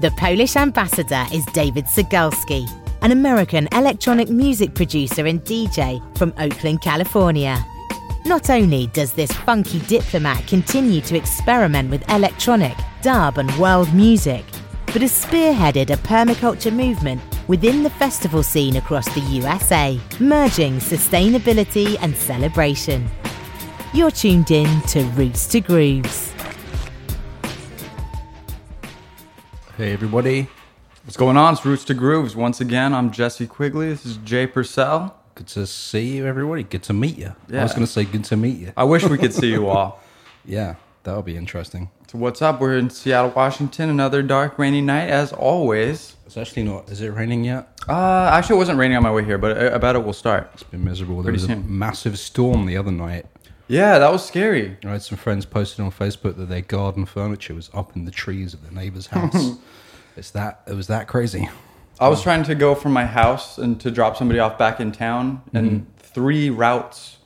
The Polish ambassador is David Sigalski, an American electronic music producer and DJ from Oakland, California. Not only does this funky diplomat continue to experiment with electronic, dub, and world music, but has spearheaded a permaculture movement within the festival scene across the USA, merging sustainability and celebration. You're tuned in to Roots to Grooves. Hey everybody, what's going on? It's Roots to Grooves once again. I'm Jesse Quigley. This is Jay Purcell. Good to see you, everybody. Good to meet you. Yeah. I was going to say good to meet you. I wish we could see you all. Yeah, that would be interesting. So what's up? We're in Seattle, Washington. Another dark, rainy night as always. It's actually not. Is it raining yet? Uh, actually, it wasn't raining on my way here, but I I bet it will start. It's been miserable. There Pretty was a soon. massive storm the other night. Yeah, that was scary. I had some friends posted on Facebook that their garden furniture was up in the trees of their neighbor's house. it's that. It was that crazy. I Oh. was trying to go from my house and to drop somebody off back in town, and Mm-hmm. three routes,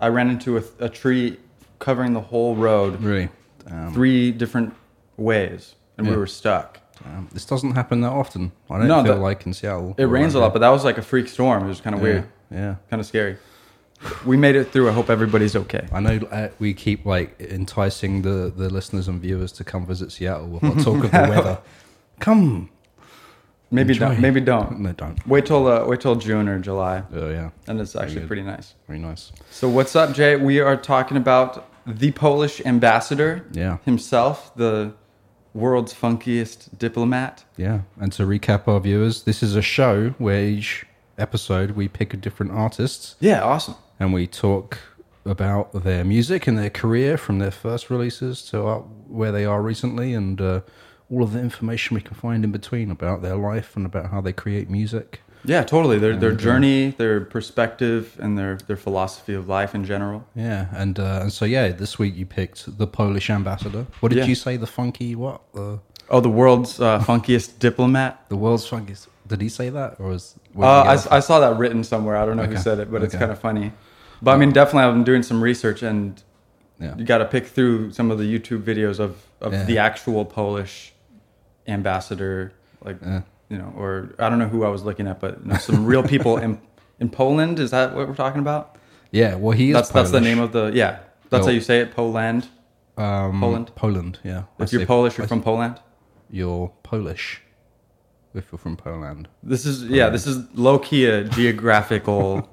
I ran into a, a tree covering the whole road, Really. Um, three different ways, and we Yeah. were stuck. um, this doesn't happen that often. I don't No, feel that- like in Seattle. It rains a lot, but that was like a freak storm. It was kind of yeah, weird. Yeah. kind of scary. We made it through. I hope everybody's okay. I know uh, we keep like enticing the, the listeners and viewers to come visit Seattle with our talk of the weather. Come, Maybe Enjoy. don't. Maybe don't. No, don't. Wait till uh, wait till June or July, Oh yeah, and it's actually good. pretty nice. very nice. So what's up, Jay? We are talking about the Polish ambassador Yeah. himself, the world's funkiest diplomat. Yeah, and to recap our viewers, this is a show where each episode we pick a different artist Yeah, awesome. and we talk about their music and their career from their first releases to up where they are recently and uh, all of the information we can find in between about their life and about how they create music. Yeah, totally. Their their journey, their perspective, and their their philosophy of life in general. Yeah, and uh, and so yeah, this week you picked the Polish ambassador. What did Yeah. you say? The funky what? The Oh, the world's uh, funkiest diplomat. the world's funkiest. Did he say that, or was? Uh, I s- I, saw that written somewhere. I don't know who Okay. said it, but it's Okay. kind of funny. But I mean, definitely, I've been doing some research, and yeah. you got to pick through some of the YouTube videos of, of Yeah. the actual Polish ambassador, like Yeah. you know, or I don't know who I was looking at, but you know, some real people in in Poland. Is that what we're talking about? yeah, well, he is. That's that's the Polish. name of the yeah. That's Oh. how you say it, Poland. um, Poland? Poland, yeah. I If you're say- Polish, I you're s- from Poland. You're Polish. If you're from Poland, This is yeah. This is low key a geographical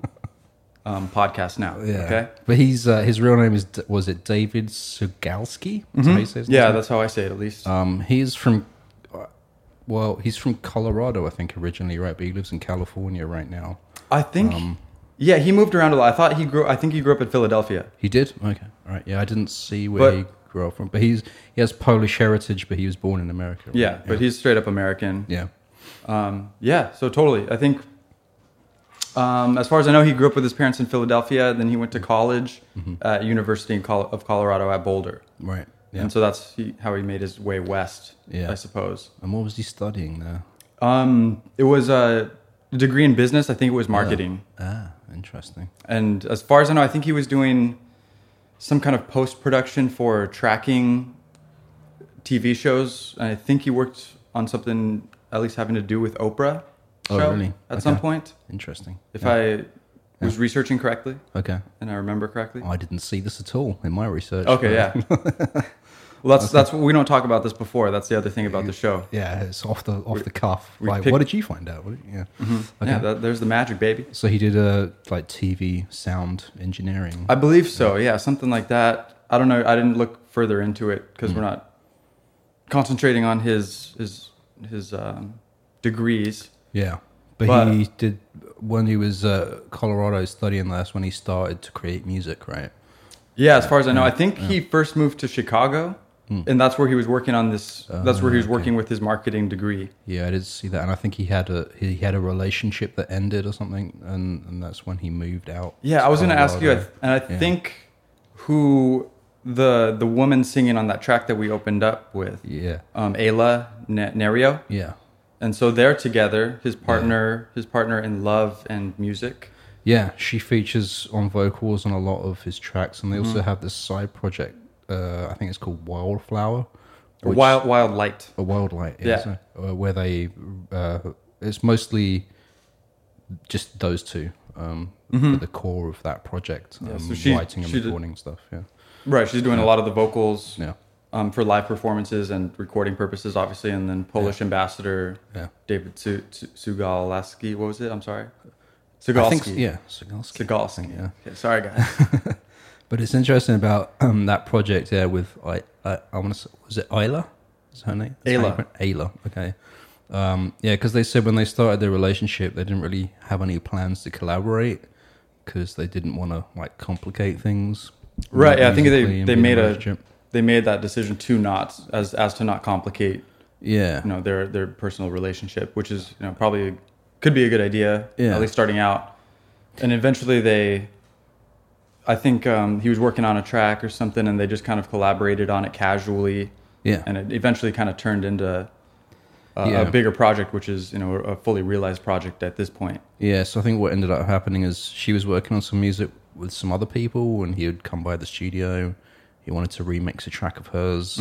um, podcast now. yeah. Okay. But he's uh, his real name is D- was it David Sugalski? That's how you say his Mm-hmm. Yeah, last that's how I say it at least. name? Um, he's from. uh, Well, he's from Colorado, I think, originally, right? But he lives in California right now. I think. yeah, he moved around a lot. I thought he grew. I think he grew up in Philadelphia. He did. Okay. All right. Yeah, I didn't see where But- he grew up from, but he's he has Polish heritage, but he was born in America. right? Yeah, but he's straight up American. yeah. Um, yeah, so totally. I think, um, as far as I know, he grew up with his parents in Philadelphia. Then he went to college at University in Col- of Colorado at Boulder, Right. Yeah. and so that's he, how he made his way west. Yeah. I suppose. and what was he studying there? Um, it was a degree in business. I think it was marketing. Ah, interesting. And as far as I know, I think he was doing some kind of post production for tracking TV shows. And I think he worked on something at least having to do with Oprah Oh, show really? at some Okay. point, Interesting. if I was researching correctly Okay. Oh, and I remember correctly. I didn't see this at all in my research. Okay, yeah. well, that's that's what we don't talk about this before. That's the other thing about the show. Yeah, it's off the off the cuff. we Like, picked- Mm-hmm. what did you find out? What did- yeah. Okay. Yeah, that, there's the magic, baby. so he did a like TV sound engineering. I believe so. Yeah, something like that. I don't know. I didn't look further into it because we're not concentrating on his his his um, degrees. yeah. But, But- he did when he was uh, Colorado studying that's when he started to create music, right? Yeah, Hmm. as far as I know, I think he first moved to Chicago, and that's where he was working on this. That's where he was working with his marketing degree. Yeah, I did see that, and I think he had a he had a relationship that ended or something, and and that's when he moved out. Yeah, I was going to ask you, I th- Colorado. and I Yeah. think who the the woman singing on that track that we opened up with, Yeah, um, Ayla Ne- Nerio, yeah, and so they're together. His partner, his partner in love and music. yeah. She features on vocals on a Mm-hmm. lot of his tracks, and they also have this side project. Uh, I think it's called Wildflower, Or Wild Wild Light. a wild light Yeah. yeah. uh, where they uh, it's mostly just those two um at the core of that project um, Mm-hmm. so she- writing and she did- recording stuff yeah Right, she's doing a lot of the vocals Yeah. um, for live performances and recording purposes, obviously. And then Polish ambassador Yeah. David Su- Su- Sugalski. What was it? I'm sorry. I think Sugalski. so, yeah Sigalski. Sugalski. yeah. Okay, sorry, guys. but it's interesting about um that project yeah with I I, I want to was it Isla is her name That's how you Ayla. pro- Ayla okay um yeah because they said when they started their relationship they didn't really have any plans to collaborate because they didn't want to like complicate things right. Yeah, I think musically they, and they with the made a relationship. they made that decision to not as as to not complicate yeah you know their their personal relationship, which is you know probably could be a good idea Yeah. at least starting out. And eventually they, I think um, he was working on a track or something, and they just kind of collaborated on it casually, yeah and it eventually kind of turned into a, Yeah. a bigger project, which is you know a fully realized project at this point. Yeah, so I think what ended up happening is she was working on some music with some other people, and he would come by the studio. He wanted to remix a track of hers,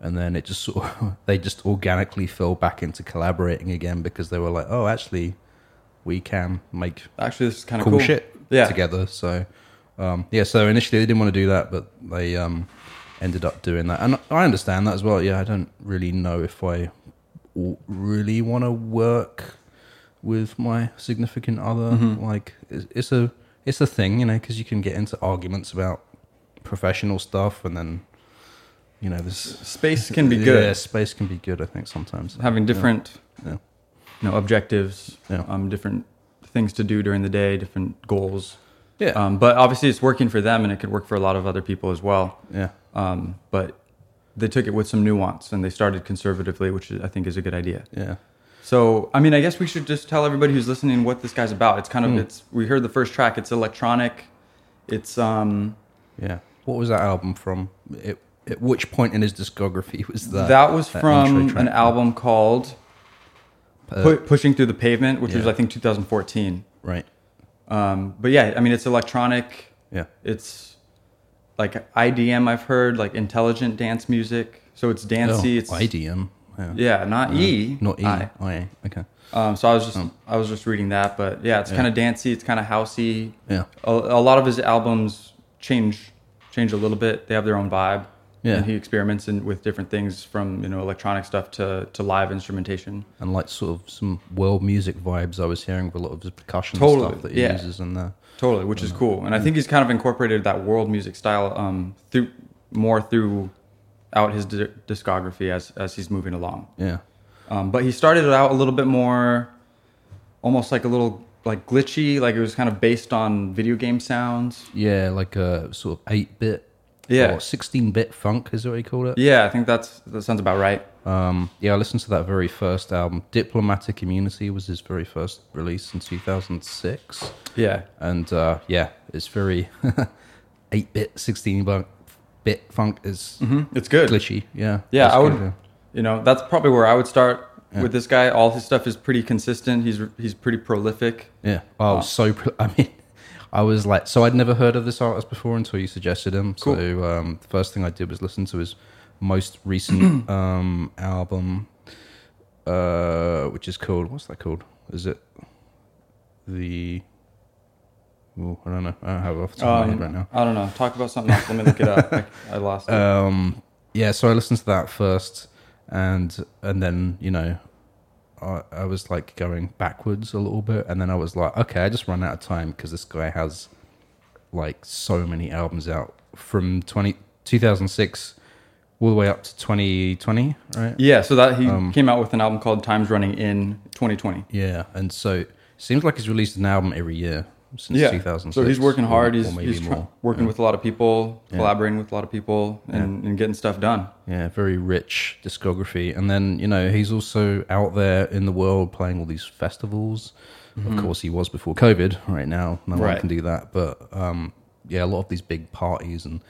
and then it just sort of, they just organically fell back into collaborating again because they were like, "Oh, actually, we can make Actually, this is kind of cool, cool, shit Yeah, together." So, um, yeah, so initially they didn't want to do that, but they um, ended up doing that, and I understand that as well. Yeah, I don't really know if I w- really want to work with my significant other. Mm-hmm. Like, it's, it's a it's a thing, you know, because you can get into arguments about professional stuff, and then you know this space can be good. Yeah, space can be good. I think sometimes. having different Yeah. you know objectives Yeah. um different things to do during the day different goals Yeah. um but obviously it's working for them and it could work for a lot of other people as well yeah. um but they took it with some nuance and they started conservatively which i think is a good idea Yeah. so i mean i guess we should just tell everybody who's listening what this guy's about it's kind of it's we heard the first track it's electronic it's um Yeah. What was that album from? It, at which point in his discography was that? that, was intro from track? Uh, an album called Pu- pushing through the pavement which was yeah. i think 2014 right? Um, but yeah, I mean, it's electronic. Yeah. It's like IDM. I've heard like intelligent dance music. So it's dancey. Oh, it's IDM. Yeah. yeah, not E, Not E. I. I. Okay. Um, so I was just I was just reading that, but yeah, it's kind of dancey. It's kind of housey. Yeah. A, a lot of his albums change change a little bit. They have their own vibe. Yeah. And he experiments in, with different things from you know electronic stuff to to live instrumentation. and like sort of some world music vibes I was hearing with a lot of his percussion Totally, stuff that he yeah. uses in there. Totally, which is cool, and I think he's kind of incorporated that world music style um, through more throughout his di- discography as as he's moving along. Yeah. Um, but he started it out a little bit more, almost like a little like glitchy, like it was kind of based on video game sounds. Yeah, like a sort of 8 bit Yeah. or 16 bit funk is what he called it. Yeah, I think that's that sounds about right. Um, yeah, I listened to that very first album. Diplomatic Immunity was his very first release in 2006. Yeah, and uh, yeah, it's very eight bit, sixteen bu- bit funk is Mm-hmm. it's good. glitchy. Yeah, Yeah, It's I good, would. You know, that's probably where I would start with this guy. All his stuff is pretty consistent. He's he's pretty prolific. Yeah, oh, so Ah. pr- I mean, I was like, so I'd never heard of this artist before until you suggested him. So um, the first thing I did was listen to his most recent um, album, uh, which is called what's that called? Is it the? Oh, I don't know. I don't have it off the top of my Um, head right now. I don't know. Talk about something else. Let me look it up. I, I lost it. um yeah so i listened to that first and and then you know I, I was like going backwards a little bit and then i was like okay i just run out of time because this guy has like so many albums out from 20, 2006 all the way up to 2020 right Yeah, so that he came out with an album called Times Running in 2020. yeah and so it seems like he's released an album every year since Yeah, 2006 so he's working or- hard. or He's, maybe he's tr- more. working with a lot of people, collaborating with a lot of people, and, and getting stuff done. Yeah, very rich discography. And then, you know, he's also out there in the world playing all these festivals. Of course, he was before COVID. Right now, no Right. one can do that. But um, yeah, a lot of these big parties. And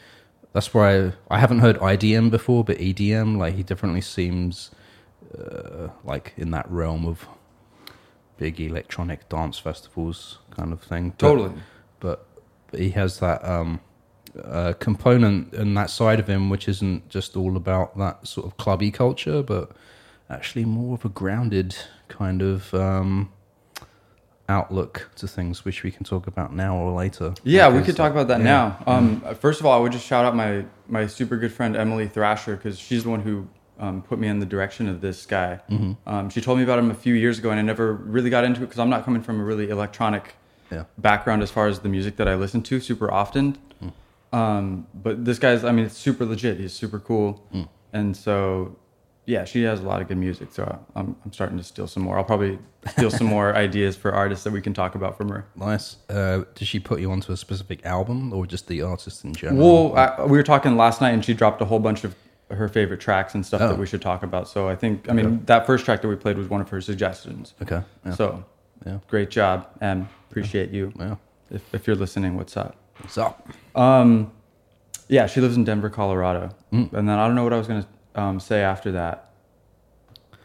that's why I, I haven't heard IDM before, but EDM, like, he definitely seems uh, like in that realm of big electronic dance festivals kind of thing. But- Totally. but, but he has that um uh, component in that side of him, which isn't just all about that sort of clubby culture, but actually more of a grounded kind of um, outlook to things, which we can talk about now or later. Yeah, we Because, could talk about that yeah. now. Um, First of all, I would just shout out my my super good friend Emily Thrasher because she's the one who um, put me in the direction of this guy. Mm-hmm. Um, she told me about him a few years ago, and I never really got into it because I'm not coming from a really electronic Yeah. background as far as the music that I listen to super often. Hmm. Um, but this guy's, I mean, it's super legit. He's super cool, Hmm. and so yeah, she has a lot of good music. So I'm I'm starting to steal some more. I'll probably steal some more ideas for artists that we can talk about from her. Nice. Uh, did she put you onto a specific album or just the artist in general? Well, I, we were talking last night, and she dropped a whole bunch of her favorite tracks and stuff Oh. that we should talk about. So I think, I mean, that first track that we played was one of her suggestions. okay. Yeah. So, Yeah. great job, Em. Appreciate you. yeah. If, if you're listening, what's up? So, Um, Yeah, she lives in Denver, Colorado. And then I don't know what I was going to um, say after that.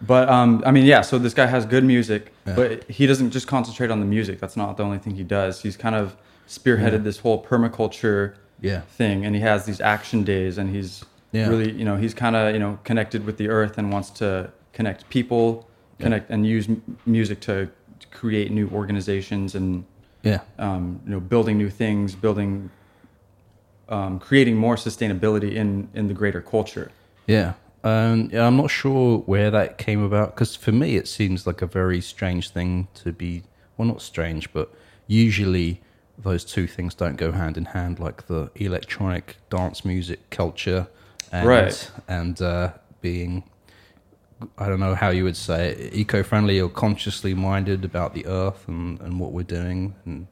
But um, I mean, yeah, so this guy has good music, but he doesn't just concentrate on the music. That's not the only thing he does. He's kind of spearheaded this whole permaculture Yeah. thing, and he has these action days, and he's Yeah. really, you know, he's kind of, you know, connected with the earth and wants to connect people, connect, and use m- music to create new organizations and yeah. um, you know, building new things, building, um, creating more sustainability in in the greater culture. Yeah. Um, yeah, I'm not sure where that came about because for me it seems like a very strange thing to be. Well, not strange, but usually those two things don't go hand in hand, like the electronic dance music culture and Right. and uh, being. I don't know how you would say it, eco-friendly or consciously minded about the earth and, and what we're doing and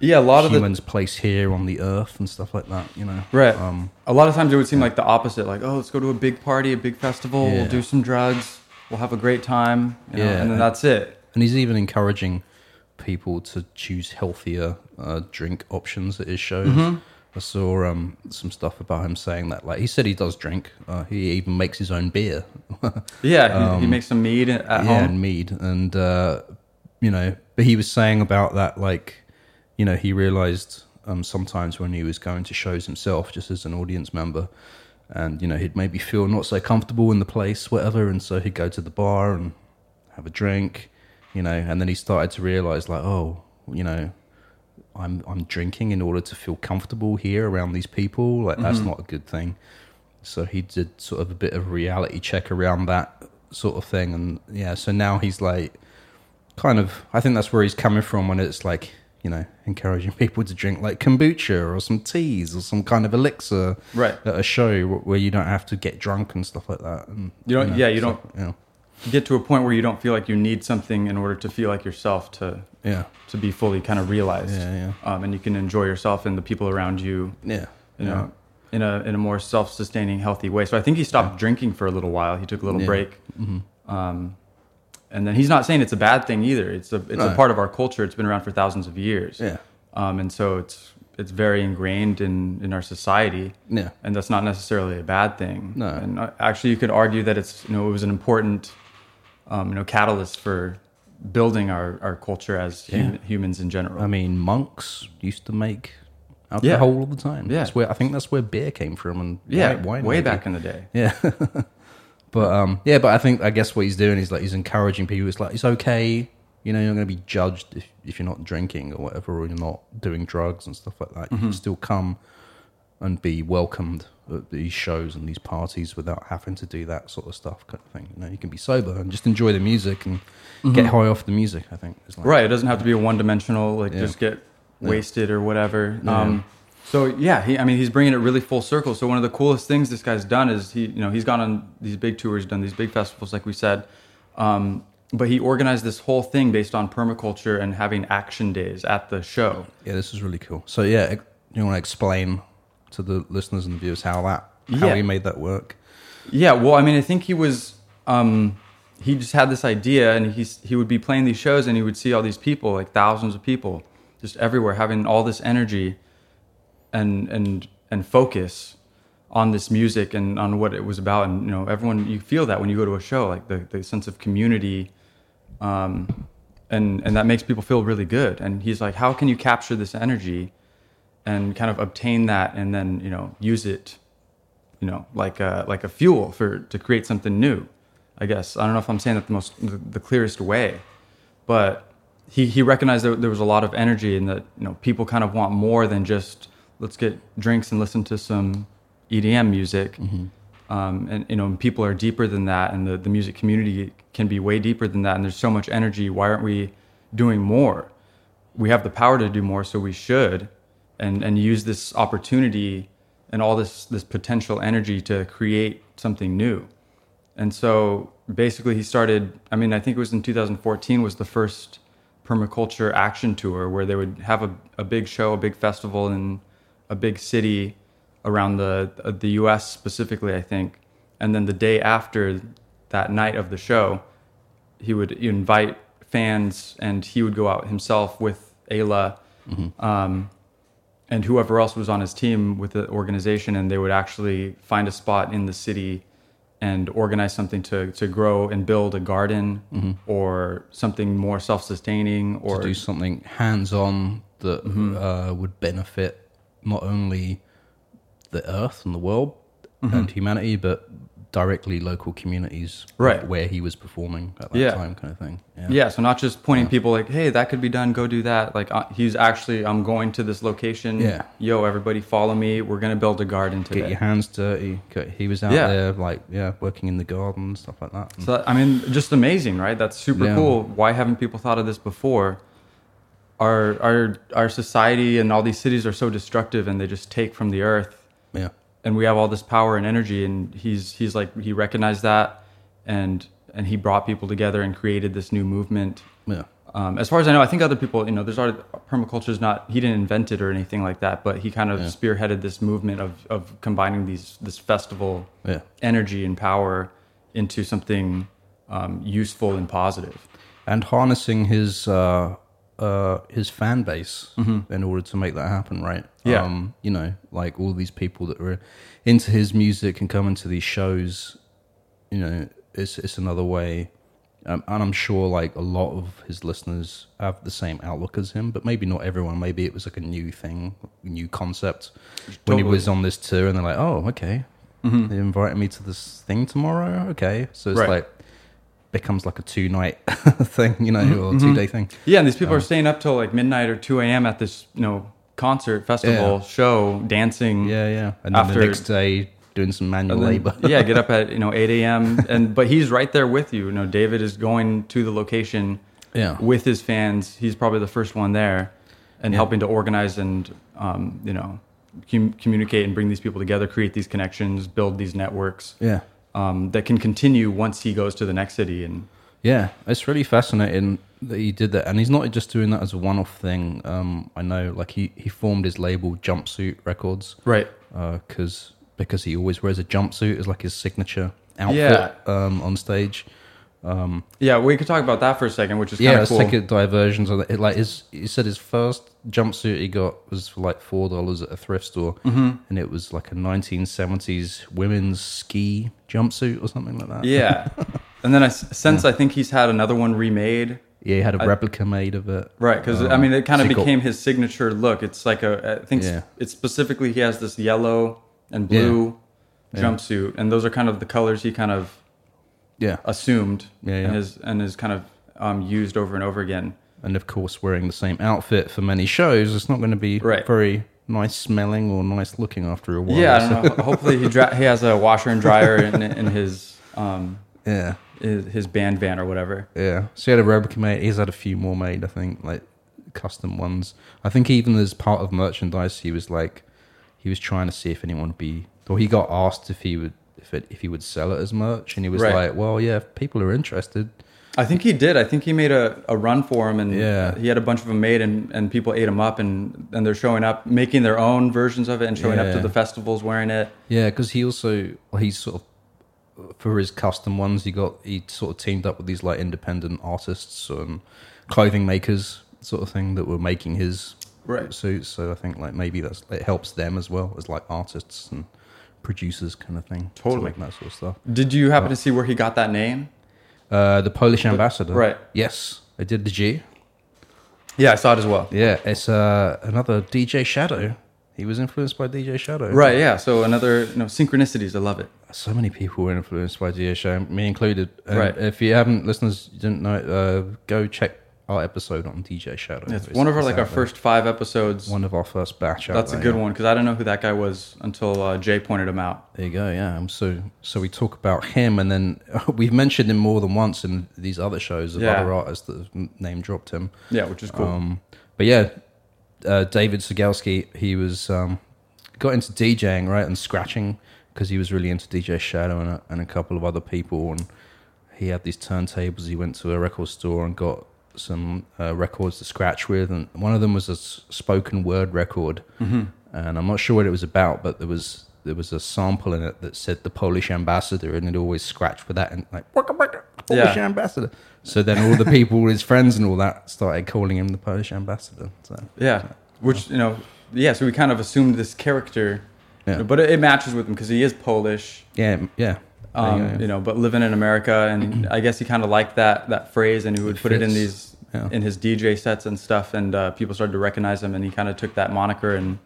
Yeah, a lot of the humans' place here on the earth and stuff like that. You know, right. Um, a lot of times it would seem like the opposite. Like, oh, let's go to a big party, a big festival. Yeah. We'll do some drugs. We'll have a great time. You know, Yeah, and then and- that's it. And he's even encouraging people to choose healthier uh, drink options at his shows. I saw um, some stuff about him saying that. Like he said, he does drink. Uh, he even makes his own beer. Yeah, he, he makes some mead at at Um, yeah, home. and mead, and uh, you know, but he was saying about that, like, you know, he realized um, sometimes when he was going to shows himself, just as an audience member, and you know, he'd maybe feel not so comfortable in the place, whatever, and so he'd go to the bar and have a drink, you know, and then he started to realize, like, oh, you know. I'm I'm drinking in order to feel comfortable here around these people. Like that's Mm-hmm. not a good thing. So he did sort of a bit of reality check around that sort of thing, and yeah. So now he's like, kind of. I think that's where he's coming from when it's like you know encouraging people to drink like kombucha or some teas or some kind of elixir Right. at a show wh- where you don't have to get drunk and stuff like that. And You don't- yeah, you so, don't- Yeah, Get to a point where you don't feel like you need something in order to feel like yourself to yeah, to be fully kind of realized. Yeah, Um, and you can enjoy yourself and the people around you. yeah. you know, in a in a more self-sustaining, healthy way. So I think he stopped drinking for a little while. He took a little Yeah. Mm-hmm. break, um, and then he's not saying it's a bad thing either. It's a it's a No. part of our culture. It's been around for thousands of years, Yeah. um, and so it's it's very ingrained in in our society. Yeah. and that's not necessarily a bad thing. No. and uh, actually, you could argue that it's you know it was an important um, you know catalyst for building our our culture as hum- humans in general. I mean, monks used to make alcohol all the time. Yeah. That's where I think that's where beer came from, and yeah, wine, wine way maybe. back in the day. Yeah. but um yeah, but I think I guess what he's doing is like he's encouraging people. It's like it's okay, you know, you're not gonna be judged if, if you're not drinking or whatever or you're not doing drugs and stuff like that. Mm-hmm. You can still come and be welcomed at these shows and these parties without having to do that sort of stuff kind of thing. You know, you can be sober and just enjoy the music and get high off the music, I think. It's like Mm-hmm. Right. It doesn't have to be a one dimensional, like just get wasted or whatever. Um, so yeah, he, I mean, he's bringing it really full circle. So one of the coolest things this guy's done is he, you know, he's gone on these big tours, done these big festivals, like we said. Um, but he organized this whole thing based on permaculture and having action days at the show. Yeah, this is really cool. So yeah, ex- you wanna explain to the listeners and viewers how that how Yeah. he made that work. Yeah, well, I mean, I think he was. Um, he just had this idea, and he he would be playing these shows, and he would see all these people, like thousands of people, just everywhere, having all this energy, and and and focus on this music and on what it was about. And you know, everyone, you feel that when you go to a show, like the the sense of community, um, and and that makes people feel really good. And he's like, how can you capture this energy? and kind of obtain that and then you know use it you know like a, like a fuel for to create something new i guess i don't know if i'm saying that the most the, the clearest way but he he recognized that there was a lot of energy and that you know people kind of want more than just let's get drinks and listen to some edm music um, and you know people are deeper than that and the, the music community can be way deeper than that and there's so much energy why aren't we doing more we have the power to do more so we should and and use this opportunity and all this this potential energy to create something new and so basically he started i mean i think it was in 2014 was the first permaculture action tour where they would have a, a big show a big festival in a big city around the uh, the us specifically i think and then the day after that night of the show he would invite fans and he would go out himself with ayla Mm-hmm. um, and whoever else was on his team with the organization, and they would actually find a spot in the city and organize something to to grow and build a garden or something more self sustaining or Mm-hmm. to do something hands-on that Mm-hmm. uh, would benefit not only the earth and the world Mm-hmm. and humanity, but directly local communities Right. where he was performing at that Yeah. time, kind of thing. Yeah. yeah. So not just pointing people like, hey, that could be done. Go do that. Like uh, he's actually, I'm going to this location. Yeah. Yo, everybody, follow me. We're gonna build a garden today. Get your hands dirty. Get- He was out Yeah. there, like yeah, working in the garden, stuff like that. So that- I mean, just amazing, right? That's super Yeah. cool. Why haven't people thought of this before? Our our our society and all these cities are so destructive, and they just take from the earth, Yeah, and we have all this power and energy. And he's he's like he recognized that, and and he brought people together and created this new movement. yeah. Um, as far as I know, I think other people, you know, there's already permaculture is not he didn't invent it or anything like that, but he kind of spearheaded this movement of of combining these this festival Yeah. energy and power into something um, useful and positive. and harnessing his uh, uh, his fan base in order to make that happen, right? Yeah. um, you know, like all these people that were into his music and coming to these shows. You know, it's it's another way, um, and I'm sure like a lot of his listeners have the same outlook as him, but maybe not everyone. Maybe it was like a new thing, new concept when he Totally. Mm-hmm. was on this tour, and they're like, oh, okay. They invited me to this thing tomorrow. Okay, so it's Right. like becomes like a two night thing, you know, Mm-hmm. or two day thing. Yeah, and these people are staying up till like midnight or two a.m. at this you know concert, festival, Yeah. show, dancing. Yeah, yeah. And then After- the next day, doing some manual And then- labor. yeah, get up at you know eight a.m. and but he's right there with you. You know, David is going to the location. Yeah. with his fans. He's probably the first one there, and helping to organize and um, you know com- communicate and bring these people together, create these connections, build these networks. Yeah. um, that can continue once he goes to the next city and Yeah, it's really fascinating that he did that, and he's not just doing that as a one-off thing. Um, I know, like he, he formed his label Jumpsuit Records, right Because because he always wears a jumpsuit as like his signature outfit Yeah. um, on stage. yeah we could talk about that for a second which is Yeah, kind it's of cool like a diversion. So that it, like his, he said his first jumpsuit he got was for like four dollars at a thrift store, Mm-hmm. and it was like a 1970s women's ski jumpsuit or something like that. yeah and then I s since i think he's had another one remade yeah, he had a replica made of it. Um, right because Uh, i mean it kind of so he got- became his signature look it's like a i think s- Yeah. it's specifically he has this yellow and blue jumpsuit and those are kind of the colors he kind of Yeah, assumed Yeah, yeah. and is and is kind of um, used over and over again and of course wearing the same outfit for many shows, it's not going to be Right. very nice smelling or nice looking after a while. yeah i so- don't know hopefully he, dra- he has a washer and dryer in, in his um yeah. his, his band van or whatever Yeah. So he had a replica made. He's had a few more made, I think, like custom ones. I think even as part of merchandise, he was like, he was trying to see if anyone would be, or he got asked if he would, if it, if he would sell it as merch, and he was Right. like, well, yeah, if people are interested. I think he did. I think he made a, a run for him, and Yeah. he had a bunch of them made, and, and people ate them up, and, and they're showing up, making their own versions of it, and showing up Yeah. to the festivals wearing it. Yeah, because he also well, he sort of for his custom ones, he got he sort of teamed up with these like independent artists and clothing makers sort of thing that were making his Right. suits. So I think like maybe that's it helps them as well as like artists and producers kind of thing. to Totally. make that sort of stuff. Did you happen to see where he got that name? Uh, the Polish ambassador, right. Yes, I did the G. Yeah, I saw it as well. Yeah, it's uh, another DJ Shadow He was influenced by DJ Shadow. Right, yeah. So another you know, synchronicities. I love it. So many people were influenced by DJ Shadow, me included. And Right. If you haven't, listeners, you didn't know, it, uh, go check our episode on DJ Shadow. It's one of our like out our there. first five episodes. One of our first batch. out That's a there, good yeah. one because I didn't know who that guy was until uh, Jay pointed him out. There you go. Yeah. Um, So so we talk about him, and then we've mentioned him more than once in these other shows of Yeah. other artists that have name dropped him. Yeah, which is cool. Um, but yeah, uh, David Sigelski, he was um, got into DJing right and scratching because he was really into DJ Shadow and a, and a couple of other people, and he had these turntables. He went to a record store and got some uh, records to scratch with, and one of them was a s- spoken word record, and I'm not sure what it was about, but there was there was a sample in it that said the Polish ambassador, and it always scratched with that and like "Waka waka, Polish Yeah. ambassador. So then all the people, his friends and all that, started calling him the Polish ambassador. So yeah, which you know, yeah. So we kind of assumed this character, Yeah. but it, it matches with him because he is Polish. yeah, yeah. There Um, you you, go. know, but living in America, and I guess he kind of liked that that phrase, and he would put it in fits. these Yeah. in his DJ sets and stuff, and uh, people started to recognize him, and he kind of took that moniker and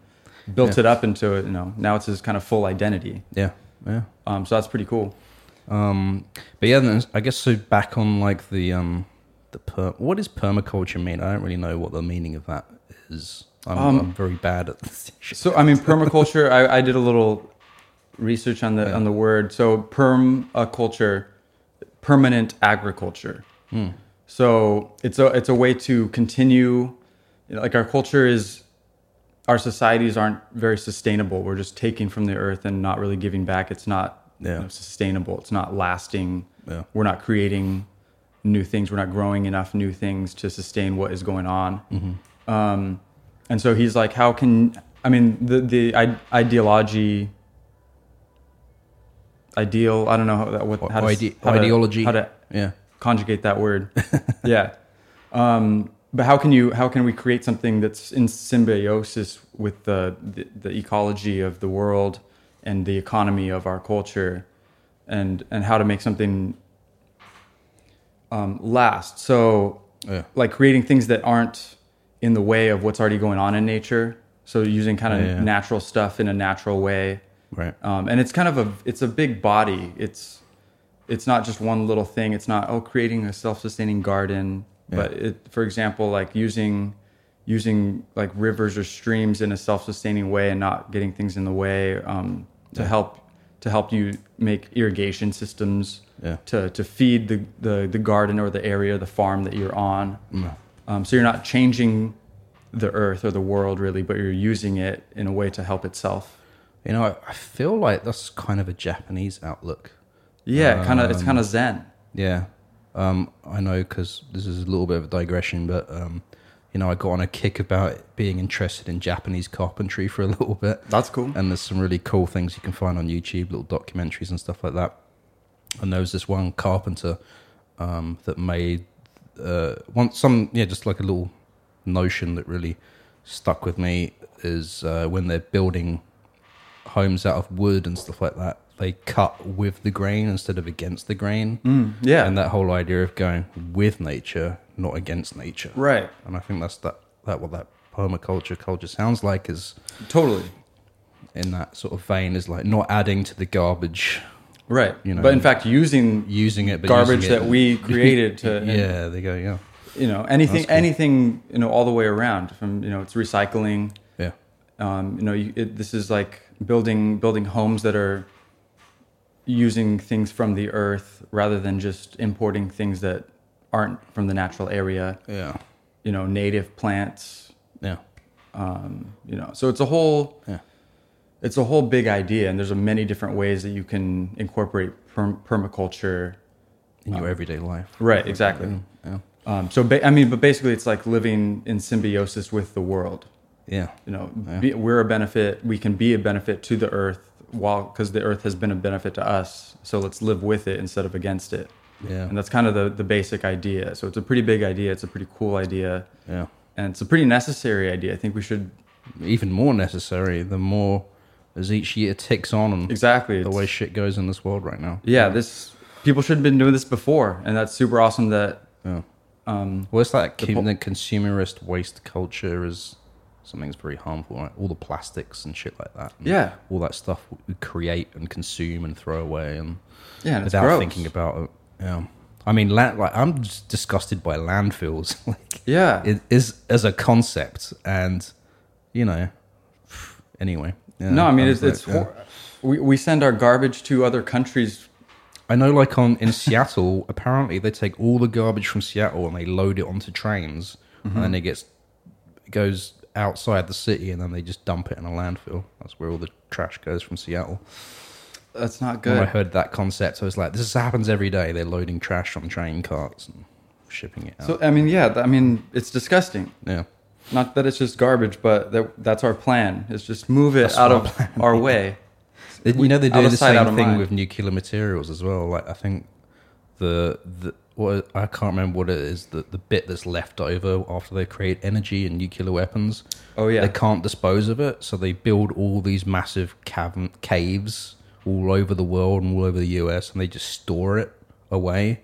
built Yeah. it up into you know now it's his kind of full identity. yeah, yeah. Um, so that's pretty cool. Um, but yeah, then I guess so. Back on like the um, the per- what does permaculture mean? I don't really know what the meaning of that is. I'm, Um, I'm very bad at this. shit. So I mean, permaculture. I, I did a little research on the on the word. So perm uh, culture, permanent agriculture. Hmm. So it's a it's a way to continue. You know, like our culture is, our societies aren't very sustainable. We're just taking from the earth and not really giving back. It's not you Yeah. know, sustainable. It's not lasting. Yeah. We're not creating new things. We're not growing enough new things to sustain what is going on. Hmm. Um, and so he's like, how can I mean the the I- ideology ideal? I don't know how, that- what how to, s- Ide- how to- ideology. how to yeah, conjugate that word. yeah. Um, but how can you how can we create something that's in symbiosis with the, the the ecology of the world and the economy of our culture and and how to make something um, last. So Yeah. like creating things that aren't in the way of what's already going on in nature. So using kind of Yeah, yeah. natural stuff in a natural way right. um, and it's kind of a it's a big body it's it's not just one little thing it's not oh creating a self-sustaining garden but it, for example like using using like rivers or streams in a self-sustaining way and not getting things in the way um, to help to help you make irrigation systems Yeah. to, to feed the, the the garden or the area the farm that you're on Mm. um, so you're not changing the earth or the world really but you're using it in a way to help itself You know, I, I feel like that's kind of a Japanese outlook. Yeah, kind of. It's Um, kind of zen. Yeah, um, I know because this is a little bit of a digression, but um, you know, I got on a kick about being interested in Japanese carpentry for a little bit. That's cool. And there's some really cool things you can find on YouTube, little documentaries and stuff like that. And there was this one carpenter um, that made uh, one some yeah, just like a little notion that really stuck with me is uh, when they're building homes out of wood and stuff like that. They cut with the grain instead of against the grain. Mm. yeah. And that whole idea of going with nature, not against nature. Right. And I think that's that, that what that permaculture culture sounds like is Totally. in that sort of vein is like not adding to the garbage, Right. You know, but in fact, using using it, but garbage using it- that we created to, yeah, they go, yeah, you know, anything, That's cool. anything, you know, all the way around. From you know, it's recycling. yeah, Um, you know, you, it, this is like building building homes that are using things from the earth rather than just importing things that aren't from the natural area. yeah, You know, native plants. yeah, Um, you know, so it's a whole. yeah. it's a whole big idea and there's a many different ways that you can incorporate perm- permaculture In your everyday life, right exactly yeah, um, so ba- i mean but basically it's like living in symbiosis with the world yeah, you know be, we're a benefit we can be a benefit to the earth while because the earth has been a benefit to us so let's live with it instead of against it Yeah. and that's kind of the, the basic idea so it's a pretty big idea it's a pretty cool idea yeah. and it's a pretty necessary idea i think we should Even more necessary the more as each year ticks on and exactly the way shit goes in this world right now. yeah this people should have been doing this before and that's super awesome that Um, Well, it's like the, the consumerist waste culture is something that's very harmful. Right? All the plastics and shit like that. and Yeah. all that stuff we create and consume and throw away, and Yeah, and it's without gross. thinking about it. Yeah, I mean, land, like I'm just disgusted by landfills. like, Yeah. it is as a concept, and you know, anyway. yeah, no, I mean, it's, was it's like, yeah. hor- we, we send our garbage to other countries. I know, like on in Seattle, apparently they take all the garbage from Seattle and they load it onto trains, and Mm-hmm. then it gets it goes outside the city, and then they just dump it in a landfill. That's where all the trash goes from Seattle. That's not When I good. heard that concept, I was like, "This happens every day. They're loading trash on train carts and shipping it out." So, I mean, yeah, th- I mean, it's disgusting. yeah, Not that it's just garbage, but that, that's our plan. Is just move it That's out our of our way. They- you know they out do of the sight, out same of thing mind. with nuclear materials as well. Like I think the the what I can't remember what it is the the bit that's left over after they create energy and nuclear weapons. Oh, yeah. they can't dispose of it, so they build all these massive cavern caves all over the world and all over the US, and they just store it away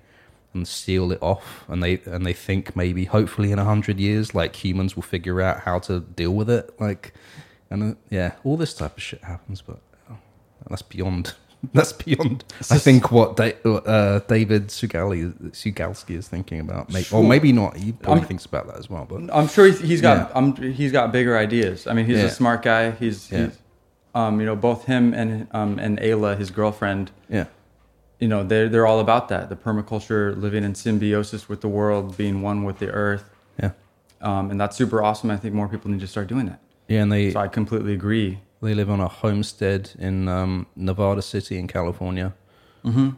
and seal it off. And they and they think maybe hopefully in a hundred years, like humans will figure out how to deal with it. Like, and uh, yeah, all this type of shit happens, but. oh, that's beyond. That's beyond. I think what da- uh, David Sugali, Sugalski is thinking about, maybe, or maybe not. He probably I'm- thinks about that as well. But I'm sure he's, he's got Yeah. I'm, he's got bigger ideas. I mean, he's Yeah. a smart guy. He's, Yeah. he's um, you know, both him and um, and Ayla, his girlfriend, yeah, you know, they're they're all about that. The permaculture, living in symbiosis with the world, being one with the earth, yeah, um, and that's super awesome. I think more people need to start doing that. yeah. And they So I completely agree. they live on a homestead in um, Nevada City in California.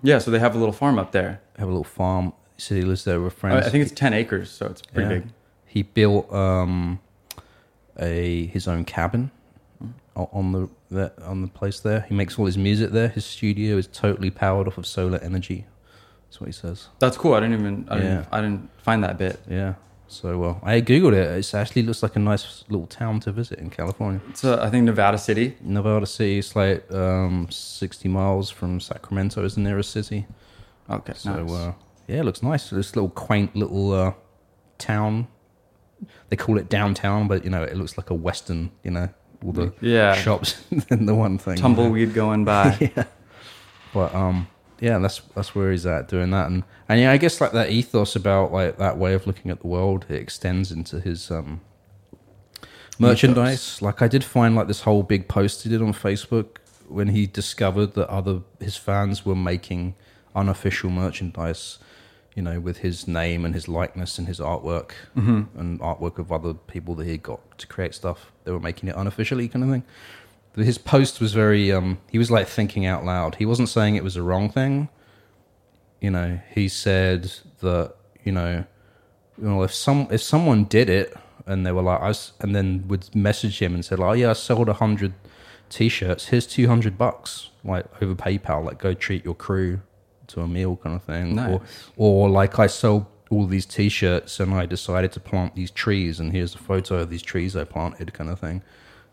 Yeah, so they have a little farm up there. Have a little farm. So he lives there with I, friends. I think it's ten acres, so it's pretty Yeah. big. He built um, a his own cabin o- on the, the on the place there. He makes all his music there. His studio is totally powered off of solar energy. That's what he says. That's cool. I didn't even I, Yeah. didn't, I didn't find that bit. Yeah. So well, I googled it. It actually looks like a nice little town to visit in California. It's uh, I think Nevada City. Nevada City is like um, sixty miles from Sacramento is the nearest city. Okay, So nice. uh, yeah, it looks nice. This little quaint little uh, town. They call it downtown, but you know it looks like a western. You know all the Yeah. shops and the one thing. you know. tumbleweed going by. But um, yeah, that's that's where he's at doing that, and and yeah, I guess like that ethos about like that way of looking at the world, it extends into his um merchandise. Like I did find like this whole big post he did on Facebook when he discovered that other his fans were making unofficial merchandise, you know, with his name and his likeness and his artwork and artwork of other people that he got to create stuff. They were making it unofficially, kind of thing. But His post was very. Um, he was like thinking out loud. He wasn't saying it was the wrong thing you know, he said that you know, you know, if some if someone did it and they were like, I s and then would message him and said, like, oh yeah, I sold a hundred t-shirts. Here's two hundred bucks, like over PayPal. Like, go treat your crew to a meal, kind of thing. Nice. Or, or like, I sold all these t-shirts and I decided to plant these trees, and here's a photo of these trees I planted, kind of thing.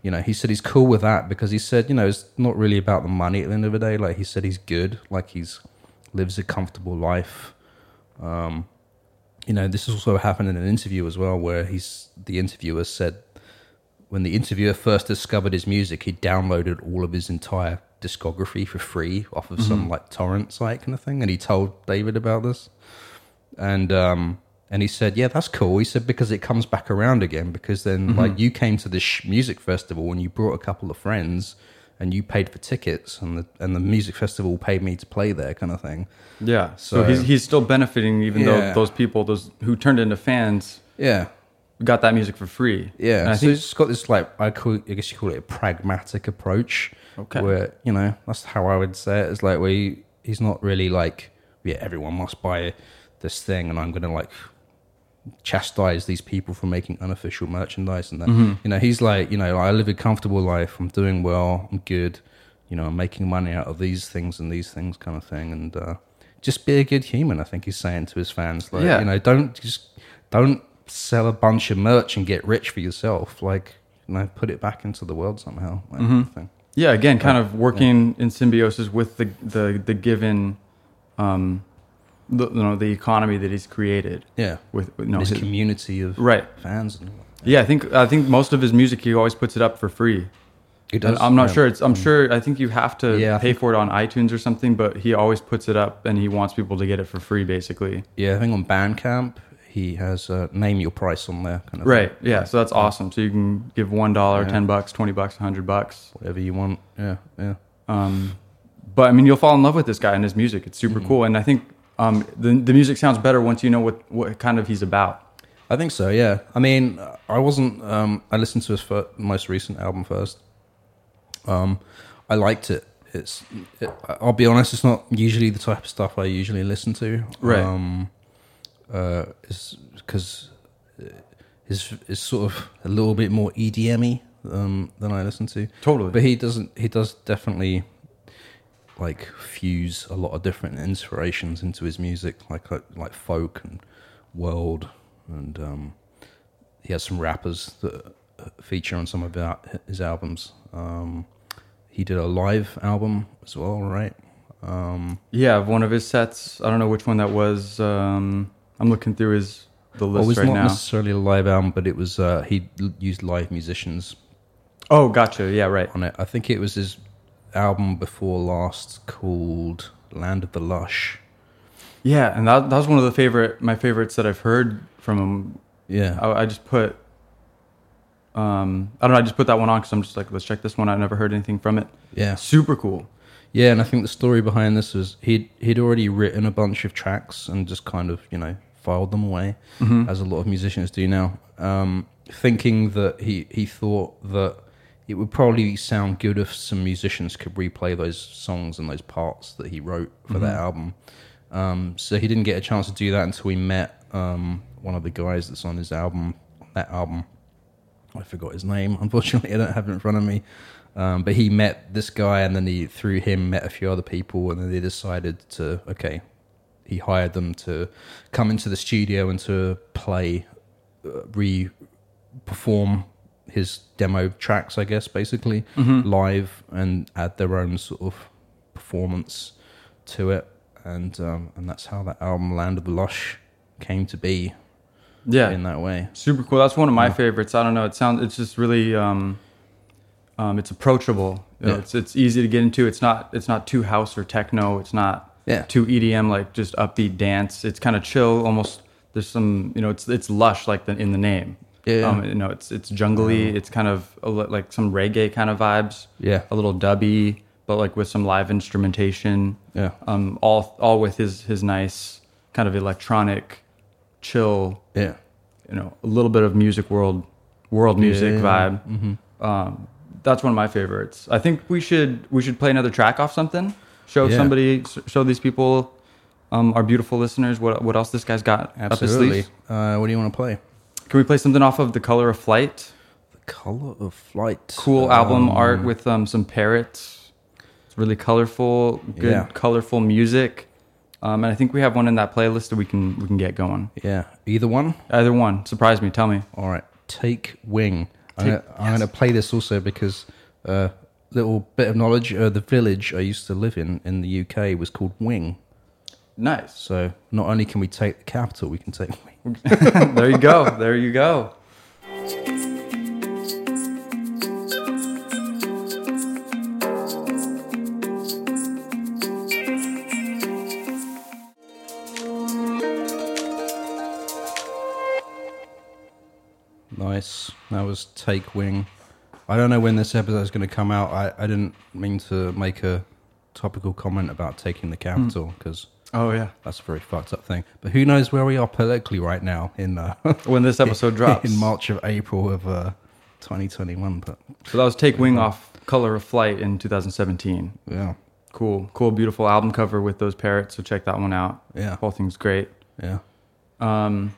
You know, he said he's cool with that because he said, you know, it's not really about the money at the end of the day. Like he said, he's good. Like he's lives a comfortable life. Um, you know, this also happened in an interview as well, where he's the interviewer said when the interviewer first discovered his music, he downloaded all of his entire discography for free off of some like torrent site kind of thing, and he told David about this, and um, and he said, yeah, that's cool. He said because it comes back around again because then like you came to this sh- music festival and you brought a couple of friends. And you paid for tickets, and the and the music festival paid me to play there, kind of thing. Yeah. So, So- he's he's still benefiting, even Yeah. though those people, those who turned into fans, Yeah, got that music for free. And yeah. I So think it's got this like I call, I guess you call it a pragmatic approach. Okay. Where you know that's how I would say it. It's like where he, he's not really like yeah everyone must buy this thing and I'm gonna like chastise these people for making unofficial merchandise and that Mm-hmm. you know he's like you know I live a comfortable life I'm doing well I'm good you know I'm making money out of these things and these things kind of thing and uh, just be a good human I think he's saying to his fans like Yeah. you know don't just don't sell a bunch of merch and get rich for yourself like you know put it back into the world somehow like, Mm-hmm. thing. yeah, again, kind of working in symbiosis with the the the given, um, the, you know, the economy that he's created yeah with with- no his his- community of right. fans and all that. Yeah, I think I think most of his music he always puts it up for free. He And I'm not sure. It's I'm sure. I think you have to Mm. Yeah, I pay think- for it on iTunes or something. But he always puts it up, and he wants people to get it for free, basically. Yeah, I think on Bandcamp he has uh, name your price on there, kind of Right. thing. Yeah. So that's awesome. So you can give one dollar, ten bucks, twenty bucks, hundred bucks. whatever you want. Yeah, yeah. Um, but I mean, you'll fall in love with this guy and his music. It's super cool, and I think um, the the music sounds better once you know what what kind of he's about. I think so. Yeah. I mean, I wasn't. Um, I listened to his fir- most recent album first. Um, I liked it. It's. It, I'll be honest. It's not usually the type of stuff I usually listen to. Right. Um, uh, it's because it's it's sort of a little bit more EDM-y um, than I listen to. Totally. But he doesn't. He does definitely like fuse a lot of different inspirations into his music, like like, like folk and world, and um, he has some rappers that uh, feature on some of that- his albums. Um, he did a live album as well, right? Um, Yeah, one of his sets. I don't know which one that was. Um, I'm looking through his the well, list it's right not now. necessarily a live album, but it was uh, he l- used live musicians oh, gotcha. Yeah, right. on it. I think it was his album before last called "Land of the Lush." Yeah, and that that was one of the favorite my favorites that I've heard from him. Yeah, I, I just put. Um, I don't know. I just put that one on because I'm just like, let's check this one. I never heard anything from it. yeah. Super cool. Yeah, and I think the story behind this was he'd he'd already written a bunch of tracks and just kind of you know filed them away, as a lot of musicians do now, um, thinking that he he thought that it would probably sound good if some musicians could replay those songs and those parts that he wrote for that album. Um, so he didn't get a chance to do that until we met um, one of the guys that's on his album, that album. I forgot his name. Unfortunately, I don't have it in front of me. Um, but he met this guy, and then he through him met a few other people, and then they decided to okay. He hired them to come into the studio and to play, uh, re perform his demo tracks, I guess, basically live and add their own sort of performance to it, and um, and that's how that album Land of the Lush came to be Yeah, in that way. super cool. That's one of my favorites. I don't know. It sounds. It's just really. Um, um, it's approachable. You know, Yeah. It's it's easy to get into. It's not it's not too house or techno. It's not Yeah. too EDM like just upbeat dance. It's kind of chill. Almost there's some you know it's it's lush like the, in the name. Yeah, yeah. Um, you know it's it's jungly. It's kind of a, li- like some reggae kind of vibes. Yeah. A little dubby, but like with some live instrumentation. Yeah. Um. All all with his his nice kind of electronic, chill Yeah. you know a little bit of music world world music Yeah. Mm-hmm. vibe um, that's one of my favorites i think we should we should play another track off something show Yeah. somebody s- show these people um, our beautiful listeners what what else this guy's got up his Absolutely. sleeve Uh, what do you want to play? can we play something off of the color of flight The Color of Flight. cool album art Um, with um, some parrots it's really colorful good Yeah. colorful music um, and i think we have one in that playlist that we can we can get going Yeah, either one. either one surprise me tell me All right, Take Wing. I'm, Take- gonna, I'm gonna play this also because uh, little bit of knowledge. Uh, the village I used to live in in the UK was called Wing. nice So not only can we take the capital, we can take Wing. there you go there you go Nice. That was Take Wing. I don't know when this episode is going to come out. I, I didn't mean to make a topical comment about taking the capital because oh yeah that's a very fucked up thing. But who knows where we are politically right now in uh, when this episode drops. in March of April of uh, 2021. But So that was Take Wing off Color of Flight in 2017. yeah, Cool, cool, beautiful album cover with those parrots. So check that one out. Yeah. whole thing's great. yeah, Um,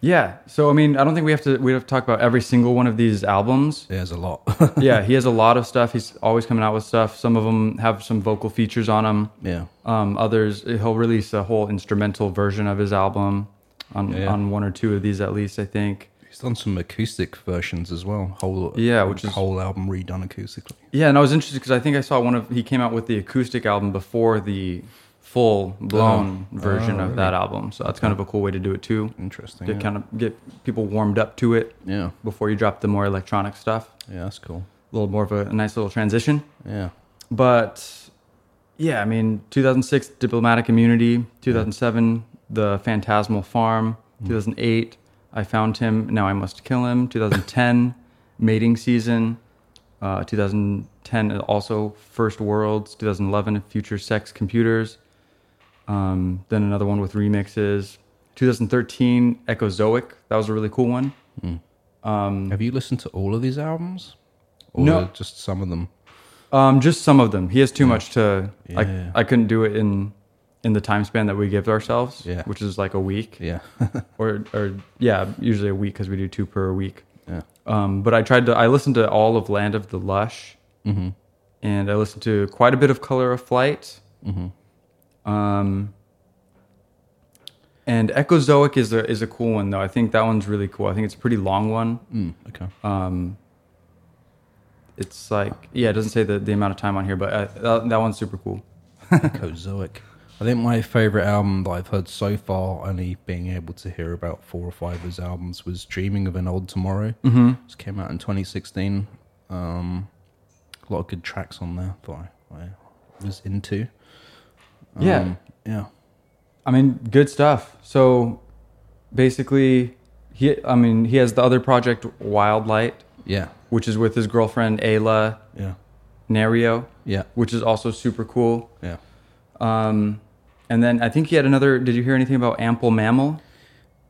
yeah. So I mean, I don't think we have to we have to talk about every single one of these albums. there's a lot. yeah, he has a lot of stuff. He's always coming out with stuff. Some of them have some vocal features on them. yeah, Um, others, he'll release a whole instrumental version of his album on Yeah. on one or two of these at least. I think. he's done some acoustic versions as well. Whole Yeah, which is- whole album redone acoustically. Yeah, and I was interested because I think I saw one of he came out with the acoustic album before the full blown version Oh, of really? that album. So that's kind of a cool way to do it too. Interesting. To yeah. kind of get people warmed up to it yeah. before you drop the more electronic stuff. Yeah, that's cool. A little more of a, a nice little transition. Yeah. But yeah, I mean, 2006 Diplomatic Immunity, 2007 The Phantasmal Farm, 2008 I Found Him, Now I Must Kill Him, 2010 Mating Season, uh, 2010 also First Worlds, 2011 Future Sex Computers, um, then another one with remixes. 2013 Echozoic, that was a really cool one. Have you listened to all of these albums? Or Mm. No. just some of them? Um, just some of them. He has too much to. Yeah. I I couldn't do it in in the time span that we give ourselves, Yeah. which is like a week Yeah. or or yeah, usually a week because we do two per week. yeah. Um, but I tried to. I listened to all of Land of the Lush, Mm-hmm. and I listened to quite a bit of Color of Flight. Mm-hmm. Um, and Echozoic is a is a cool one though. I think that one's really cool. I think it's a pretty long one. Mm, okay. It's like yeah, it doesn't say the, the amount of time on here, but uh, that, that one's super cool. Echozoic. I think my favorite album that I've heard so far, only being able to hear about four or five of his albums, was Dreaming of an Old Tomorrow. Mm-hmm. This came out in 2016. Um, a lot of good tracks on there that I, I was into. Yeah. Um, yeah. I mean, good stuff. So basically, he I mean, he has the other project Wildlight, Yeah. which is with his girlfriend Ayla Yeah. Nario, Yeah. which is also super cool. Yeah. Um, and then I think he had another did you hear anything about Ample Mammal?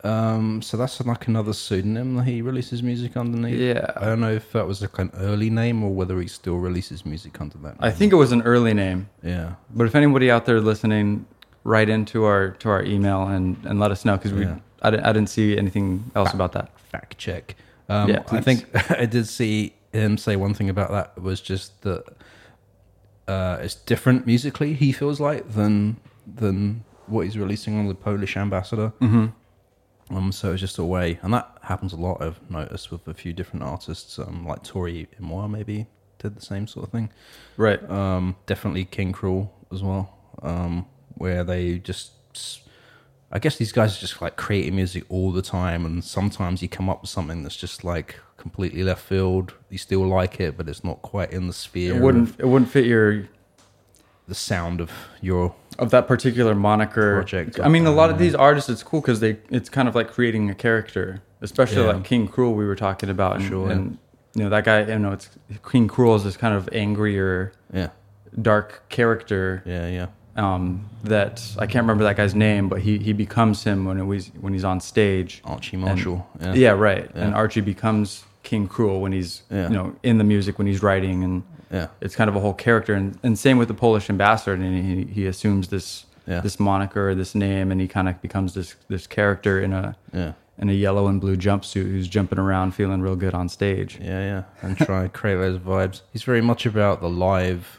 Um, so that's like another pseudonym that he releases music underneath. Yeah. I don't know if that was like an early name or whether he still releases music under that. I name. think it was an early name. yeah. But if anybody out there listening, write into our to our email and and let us know cuz we Yeah. I didn't, I didn't see anything else about that. fact check. Um, Yeah, I please. think I did see him say one thing about that was just that uh, it's different musically. He feels like than than what he's releasing on the Polish Ambassador. Um, so it's just a way, and that happens a lot. I've noticed with a few different artists, um, like Tori Imoa maybe did the same sort of thing. Right. Um, definitely King Cruel as well, um, where they just. I guess these guys are just like creating music all the time, and sometimes you come up with something that's just like completely left field. You still like it, but it's not quite in the sphere. It wouldn't it wouldn't fit your of the sound of your of that particular moniker Project. I mean, a lot of these artists, it's cool because they it's kind of like creating a character, especially Yeah. like King Cruel we were talking about, and, Sure. and you know that guy, you know, it's King Cruel is this kind of angrier, yeah, dark character yeah, yeah, um, that I can't remember that guy's name, but he he becomes him when it was when he's on stage. Archie And- Marshall. yeah, right. And Archie becomes King Cruel when he's Yeah. you know in the music when he's writing and yeah, it's kind of a whole character and, and same with the polish ambassador and he, he assumes this Yeah. this moniker this name and he kind of becomes this this character in a yeah. in a yellow and blue jumpsuit who's jumping around feeling real good on stage Yeah, yeah. And try and create those vibes. He's very much about the live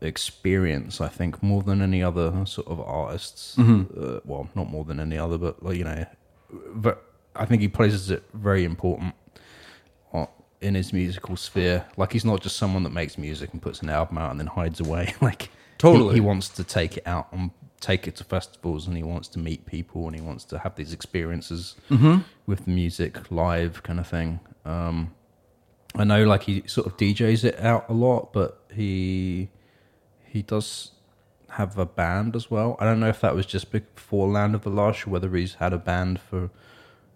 experience, I think, more than any other sort of artists. Uh, well, not more than any other, but like, you know, but I think he places it very important o- in his musical sphere. Like he's not just someone that makes music and puts an album out and then hides away. like he- Totally. he, wants to take it out and take it to festivals, and he wants to meet people, and he wants to have these experiences with the music live kind of thing. Um, I know, like he sort of DJs it out a lot, but he he does have a band as well. I don't know if that was just before Land of the Lush, or whether he's had a band for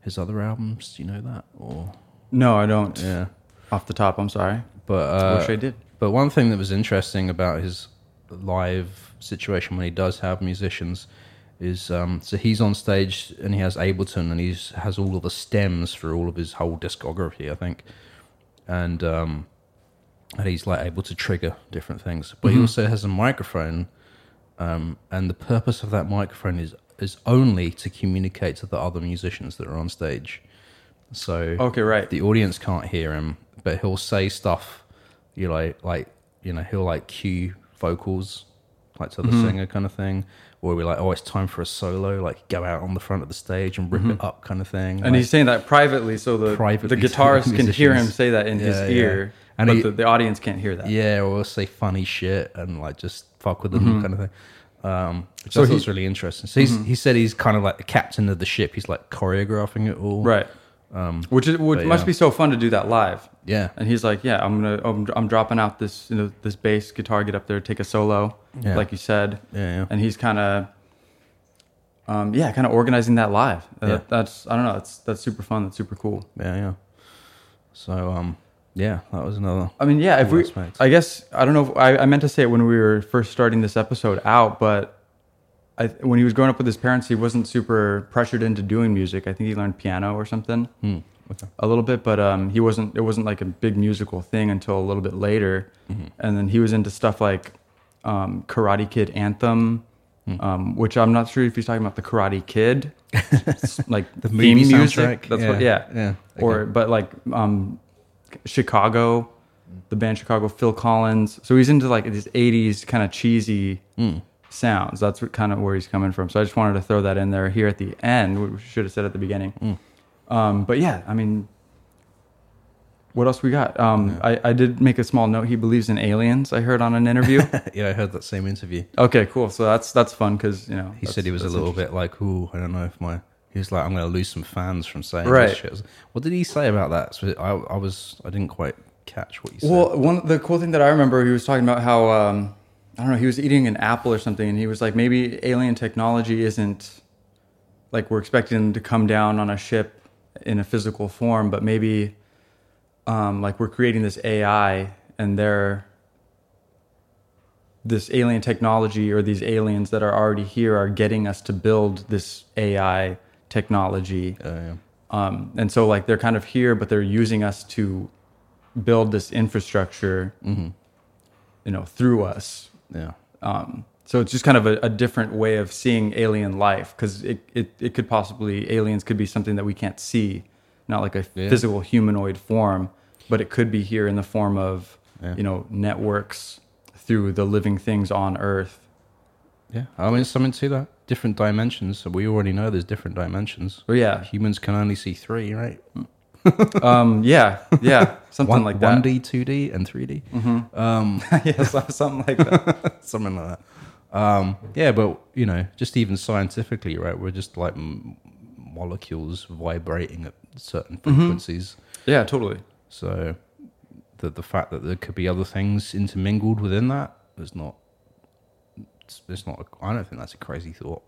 his other albums. Do you know that? Or no i don't yeah, off the top i'm sorry but i uh, wish i did but one thing that was interesting about his live situation when he does have musicians is um, so he's on stage and he has Ableton and he's has all of the stems for all of his whole discography, I think, and um, and he's like able to trigger different things. But he also has a microphone, um, and the purpose of that microphone is is only to communicate to the other musicians that are on stage. So okay right the audience can't hear him, but he'll say stuff, you know, like you know, he'll like cue vocals, like to the Mm-hmm. singer kind of thing, or we're like, oh, it's time for a solo, like go out on the front of the stage and rip it up kind of thing. Mm-hmm. and he's saying that privately so the Privately the guitarist to can hear him musicians. say that in Yeah, his yeah. ear And but he- the, the audience can't hear that yeah, or say funny shit and like just fuck with them kind of thing. Um, which Mm-hmm. I thought So he- Mm-hmm. was really interesting. So he's, he said he's kind of like the captain of the ship. He's like choreographing it all. right? which is, which Um, but must yeah. be so fun to do that live. Yeah. And he's like, "Yeah, I'm gonna, I'm, I'm dropping out this, you know, this bass guitar. Get up there, take a solo, Yeah. like you said." Yeah, yeah. And he's kind of, um, yeah, kind of organizing that live. Uh, Yeah. That's, I don't know, that's that's super fun. That's super cool. Yeah, yeah. So, um, yeah, that was another. I mean, yeah, if Cool we, aspects. I guess, I don't know, if, I, I meant to say it when we were first starting this episode out, but I, when he was growing up with his parents, he wasn't super pressured into doing music. I think he learned piano or something hmm, a little bit, but um, he wasn't, it wasn't like a big musical thing until a little bit later. And then he was into stuff like um, Karate Kid Anthem. Um, which I'm not sure if he's talking about the Karate Kid, s- like the movie theme music. soundtrack? That's Yeah, what, yeah, yeah, Or but like um, Chicago, the band Chicago, Phil Collins. So he's into like these '80s kind of cheesy Hmm. sounds. That's what, kind of where he's coming from. So I just wanted to throw that in there here at the end. We should have said at the beginning. Mm. Um, but yeah, I mean, what else we got? Um, I, I did make a small note. He believes in aliens. I heard on an interview. Yeah, I heard that same interview. okay, cool. So that's that's fun because you know He said he was a little bit like, "Ooh, I don't know if my." He was like, "I'm going to lose some fans from saying Right. this shit." I was- What did he say about that? So I, I was, I didn't quite catch what you said. Well, one the cool thing that I remember, he was talking about how um, I don't know, he was eating an apple or something, and he was like, maybe alien technology isn't like we're expecting them to come down on a ship in a physical form, but maybe um, like we're creating this AI and they're this alien technology or these aliens that are already here are getting us to build this AI technology. Uh, yeah. Um, and so like they're kind of here, but they're using us to build this infrastructure, Mm-hmm. you know, through us. yeah, Um, so it's just kind of a, a different way of seeing alien life because it, it, it could possibly aliens could be something that we can't see, not like a Yeah. physical humanoid form, but it could be here in the form of Yeah. you know networks through the living things on Earth. yeah. I mean, something to that. Different dimensions. So we already know there's different dimensions. Oh, yeah. humans can only see three, right? Um, yeah, yeah, something One, like that. One D, two D, and three D. yeah, so- something like that. something like that. Um, yeah, but you know, just even scientifically, right? We're just like m- molecules vibrating at certain frequencies. yeah, totally. So the the fact that there could be other things intermingled within that is not. It's, it's not. A, I don't think that's a crazy thought.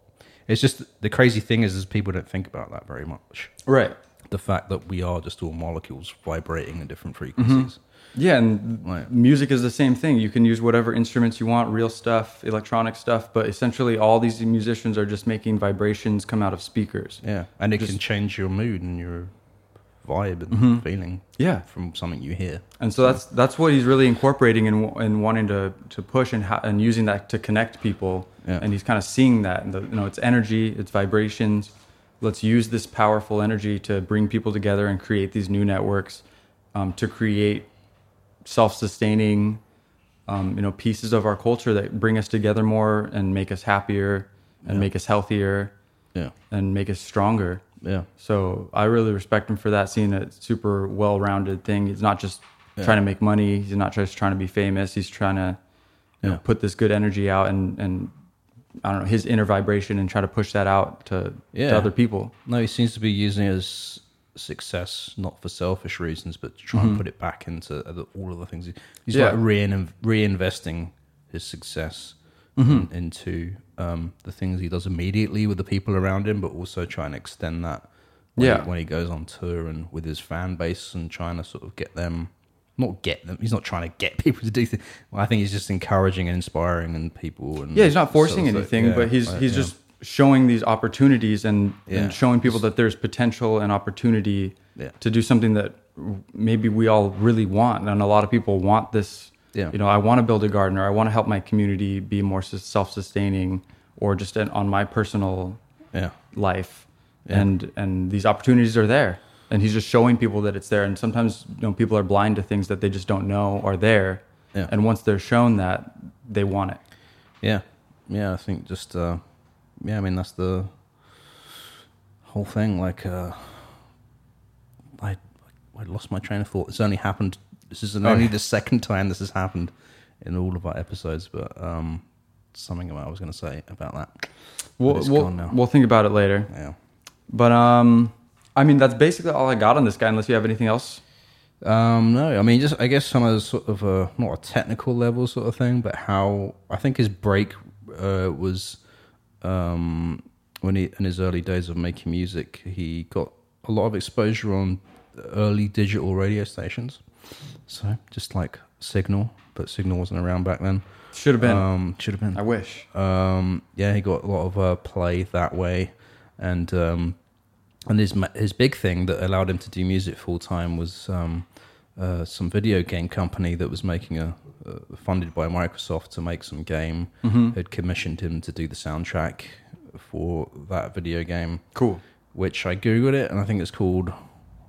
It's just the crazy thing is, is people don't think about that very much. Right. The fact that we are just all molecules vibrating at different frequencies. Yeah, and Right. music is the same thing. You can use whatever instruments you want, real stuff, electronic stuff, but essentially all these musicians are just making vibrations come out of speakers. Yeah, and it Just- can change your mood and your vibe and feeling. Yeah. from something you hear. And so that's that's what he's really incorporating and in, and wanting to to push and ha- and using that to connect people. Yeah. And he's kind of seeing that, and the, you know, it's energy, it's vibrations. Let's use this powerful energy to bring people together and create these new networks, um, to create self-sustaining, um, you know, pieces of our culture that bring us together more and make us happier and make us healthier Yeah, and make us stronger. yeah, So I really respect him for that, seeing a super well rounded thing. He's not just trying to make money, he's not just trying to be famous, he's trying to you Yeah. know, put this good energy out and, and I don't know, his inner vibration and try to push that out to, Yeah. to other people. No, he seems to be using it as success not for selfish reasons, but to try and put it back into other, all of the things. he- He's Mm-hmm. Yeah. like rein, reinvesting his success in- Mm-hmm. into um, the things he does immediately with the people around him, but also trying to extend that. When Yeah. he, when he goes on tour and with his fan base and trying to sort of get them. Not get them. He's not trying to get people to do things. I think he's just encouraging and inspiring and people. And Yeah, he's not forcing sort of like- anything, yeah, but he's like, he's yeah. just showing these opportunities and, Yeah. and showing people that there's potential and opportunity Yeah. to do something that maybe we all really want and a lot of people want this Yeah. you know i want to build a garden or i want to help my community be more sus- self-sustaining or just an, on my personal yeah. life and and these opportunities are there and he's just showing people that it's there and sometimes you know people are blind to things that they just don't know are there Yeah. and once they're shown that they want it Yeah, yeah. I think just uh, yeah. I mean, that's the whole thing. Like, uh, I I lost my train of thought. It's only happened. This is only the second time this has happened in all of our episodes. But um, something about I was going to say about that. We'll, it's we'll, gone now. we'll think about it later. Yeah. But um, I mean, that's basically all I got on this guy. Unless you have anything else. Um, no, I mean, just I guess some of the sort of uh not a technical level sort of thing, but how I think his break uh, was um, when he in his early days of making music, he got a lot of exposure on early digital radio stations. So just like Signal, but Signal wasn't around back then. Should have been. Um, should have been. I wish. Um, yeah, he got a lot of uh, play that way, and um, and his ma- his big thing that allowed him to do music full time was um, uh, some video game company that was making a uh, funded by Microsoft to make some game had commissioned him to do the soundtrack for that video game, Cool. which I googled it and I think it's called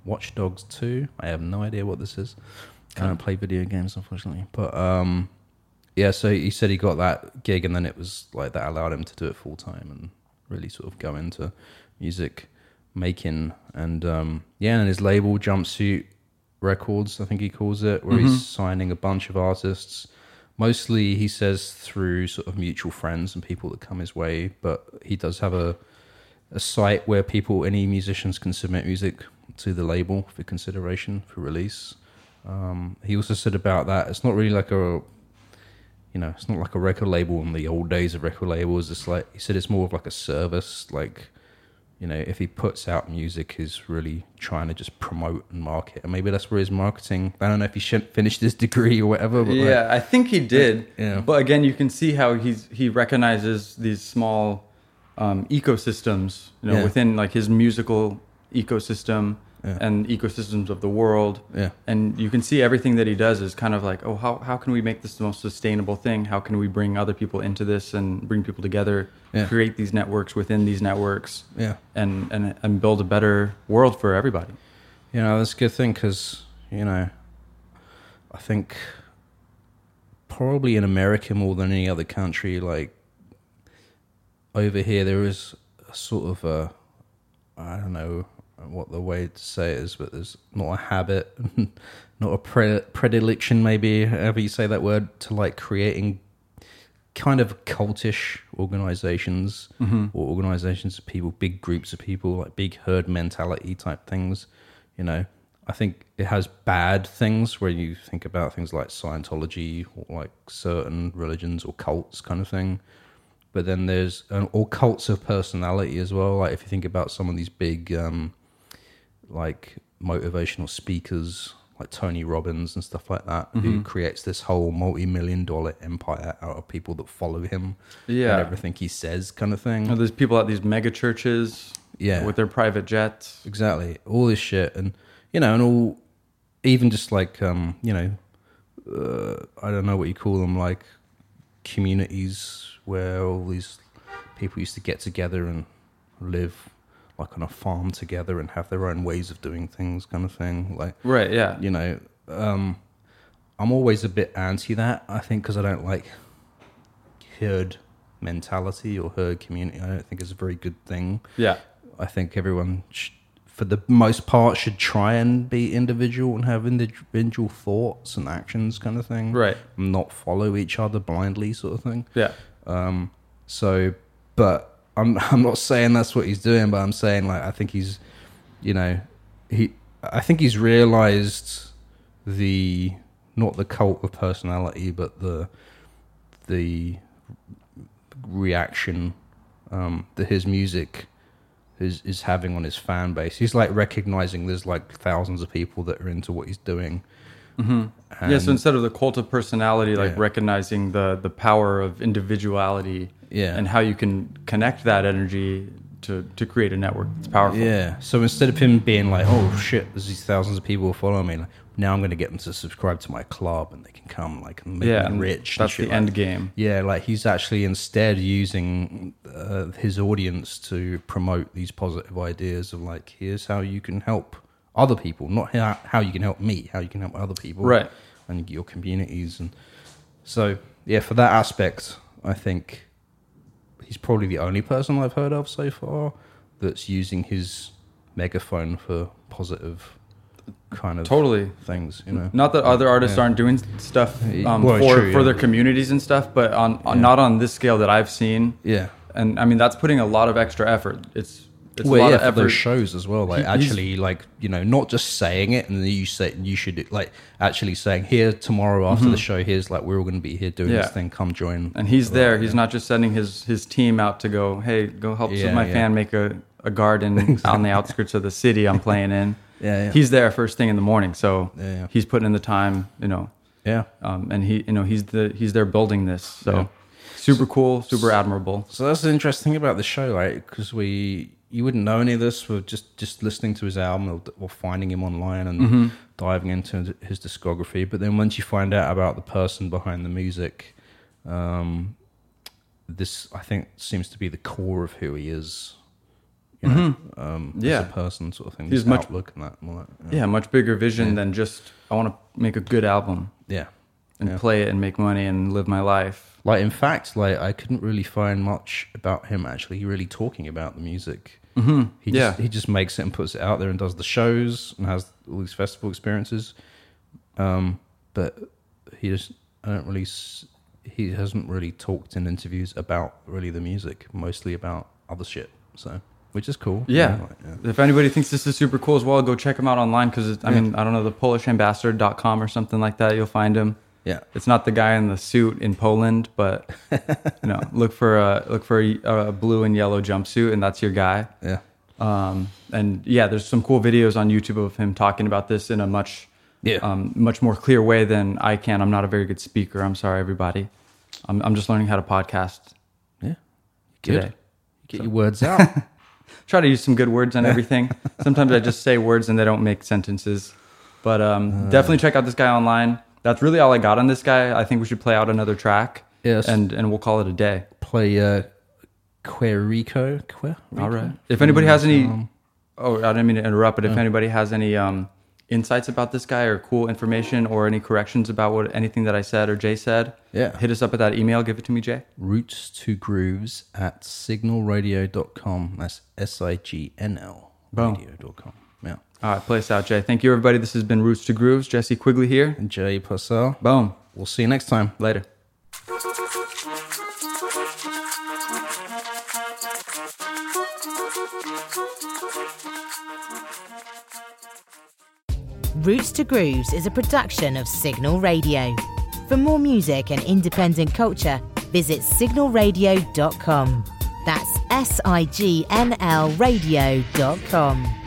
Watch Dogs Two. I have no idea what this is. I don't play video games unfortunately, but um, yeah, so he said he got that gig, and then it was like that allowed him to do it full time and really sort of go into music making. And um, yeah, and his label, Jumpsuit Records, I think he calls it, where he's signing a bunch of artists. Mostly, he says through sort of mutual friends and people that come his way, but he does have a a site where people, any musicians, can submit music to the label for consideration for release. Um, he also said about that it's not really like a you know, it's not like a record label in the old days of record labels. It's like he said, it's more of like a service. Like, you know, if he puts out music, he's really trying to just promote and market. And maybe that's where his marketing. I don't know if he should finished his degree or whatever. But Yeah, I think he did. Yeah. But again, you can see how he's he recognizes these small um, ecosystems, you know, Yeah. within like his musical ecosystem Yeah. and ecosystems of the world. Yeah. And you can see everything that he does is kind of like, oh, how how can we make this the most sustainable thing? How can we bring other people into this and bring people together, Yeah. create these networks within these networks, Yeah. and and and build a better world for everybody. you know, that's a good thing because you know, I think probably in America more than any other country, like over here, there is a sort of a I don't know what the way to say it is, but there's not a habit, not a pre- predilection, maybe however you say that word, to like creating kind of cultish organizations or organizations of people, big groups of people, like big herd mentality type things. You know, I think it has bad things where you think about things like Scientology or like certain religions or cults kind of thing. But then there's and all cults of personality as well. Like if you think about some of these big um, like motivational speakers like Tony Robbins and stuff like that, who creates this whole multi-million dollar empire out of people that follow him Yeah. and everything he says, kind of You know, thing. there's people at these mega churches, Yeah. with their private jets. Exactly, all this shit, and you know, and all, even just like um, you know, uh, I don't know what you call them, like communities where all these people used to get together and live like on a farm together and have their own ways of doing things, kind of thing, like. Right. Yeah. you know, um, I'm always a bit anti that. I think because I don't like herd mentality or herd community. I don't think it's a very good thing. Yeah. I think everyone, sh- for the most part, should try and be individual and have individual thoughts and actions, kind of thing. Right. Not follow each other blindly, sort of thing. Yeah. Um, so, but I'm I'm not saying that's what he's doing, but I'm saying like I think he's, you know, he I think he's realized the not the cult of personality, but the the reaction um, that his music is is having on his fan base. He's like recognizing there's like thousands of people that are into what he's doing. yeah. So instead of the cult of personality, like Um, Yeah. recognizing the the power of individuality, Yeah. and how you can connect that energy to to create a network that's powerful. Yeah. So instead of him being like, "Oh shit, there's these thousands of people following me," like, now I'm going to get them to subscribe to my club and they can come like and make Yeah. me and rich. and That's shit the like end game. yeah, like he's actually instead using uh, his audience to promote these positive ideas of like, here's how you can help other people, not how, how you can help me, how you can help other people, Right. and your communities, and so yeah, for that aspect, I think he's probably the only person I've heard of so far that's using his megaphone for positive kind of Totally. things, you know. Not that other artists Yeah. aren't doing stuff um, Well, for, true, for yeah. their communities and stuff, but on, on not on this scale that I've seen. Yeah. And I mean, that's putting a lot of extra effort. It's it's well, a lot yeah, of for effort. those shows as well. Like He- he's- actually, like you know, not just saying it and then you say you should like actually saying here tomorrow after the show. Here's like we're all going to be here doing Yeah. this thing. Come join. and he's there. He's not just sending his his team out to go, hey, go help Yeah, my yeah. fan make a, a garden on the outskirts of the city I'm playing in. Yeah, yeah. He's there first thing in the morning, so Yeah, yeah. he's putting in the time, you know, yeah. um, and he, you know, he's the he's there building this. So Yeah. super cool, super admirable. So that's the interesting thing about the show, like because we you wouldn't know any of this for just just listening to his album or, or finding him online and diving into his discography. But then once you find out about the person behind the music, um, this I think seems to be the core of who he is. You know, um, Yeah. as a person, sort of thing. He's his much- outlook and that. And all that yeah. Yeah, much bigger vision than just I want to make a good album yeah. and Yeah. play it and make money and live my life. Like in fact, like I couldn't really find much about him actually really talking about the music. Mm-hmm. He just, Yeah. he just makes it and puts it out there and does the shows and has all these festival experiences. Um, but he just I don't really s- he hasn't really talked in interviews about really the music, mostly about other shit. So which is cool. Yeah. like, yeah. If anybody thinks this is super cool as well, go check him out online because I mean I don't know the PolishAmbassador.com or something like that. You'll find him. Yeah. It's not the guy in the suit in Poland, but you know, look for a look for a, a blue and yellow jumpsuit, and that's your guy. Yeah. Um, and yeah, there's some cool videos on YouTube of him talking about this in a much Yeah. um, much more clear way than I can. I'm not a very good speaker. I'm sorry, everybody. I'm, I'm just learning how to podcast. Yeah. Today. Good. Get your words out. Try to use some good words on everything. Sometimes I just say words and they don't make sentences. But Uh. um, definitely check out this guy online. That's really all I got on this guy. I think we should play out another track. Yes. And and we'll call it a day. Play uh Querico. Quer- All right. If anybody has any, oh, I didn't mean to interrupt, but if anybody has any um, insights about this guy or cool information or any corrections about what anything that I said or Jay said, Yeah. hit us up at that email. Give it to me, Jay. roots to grooves at signalradio.com. That's S I G N L Boom. radio.com. Yeah. All right, play us out, Jay. Thank you, everybody. This has been Roots to Grooves. Jesse Quigley here. And Jay Purcell. Boom. We'll see you next time. Later. Roots to Grooves is a production of Signal Radio. For more music and independent culture, visit signalradio.com. That's S I G N L radio.com.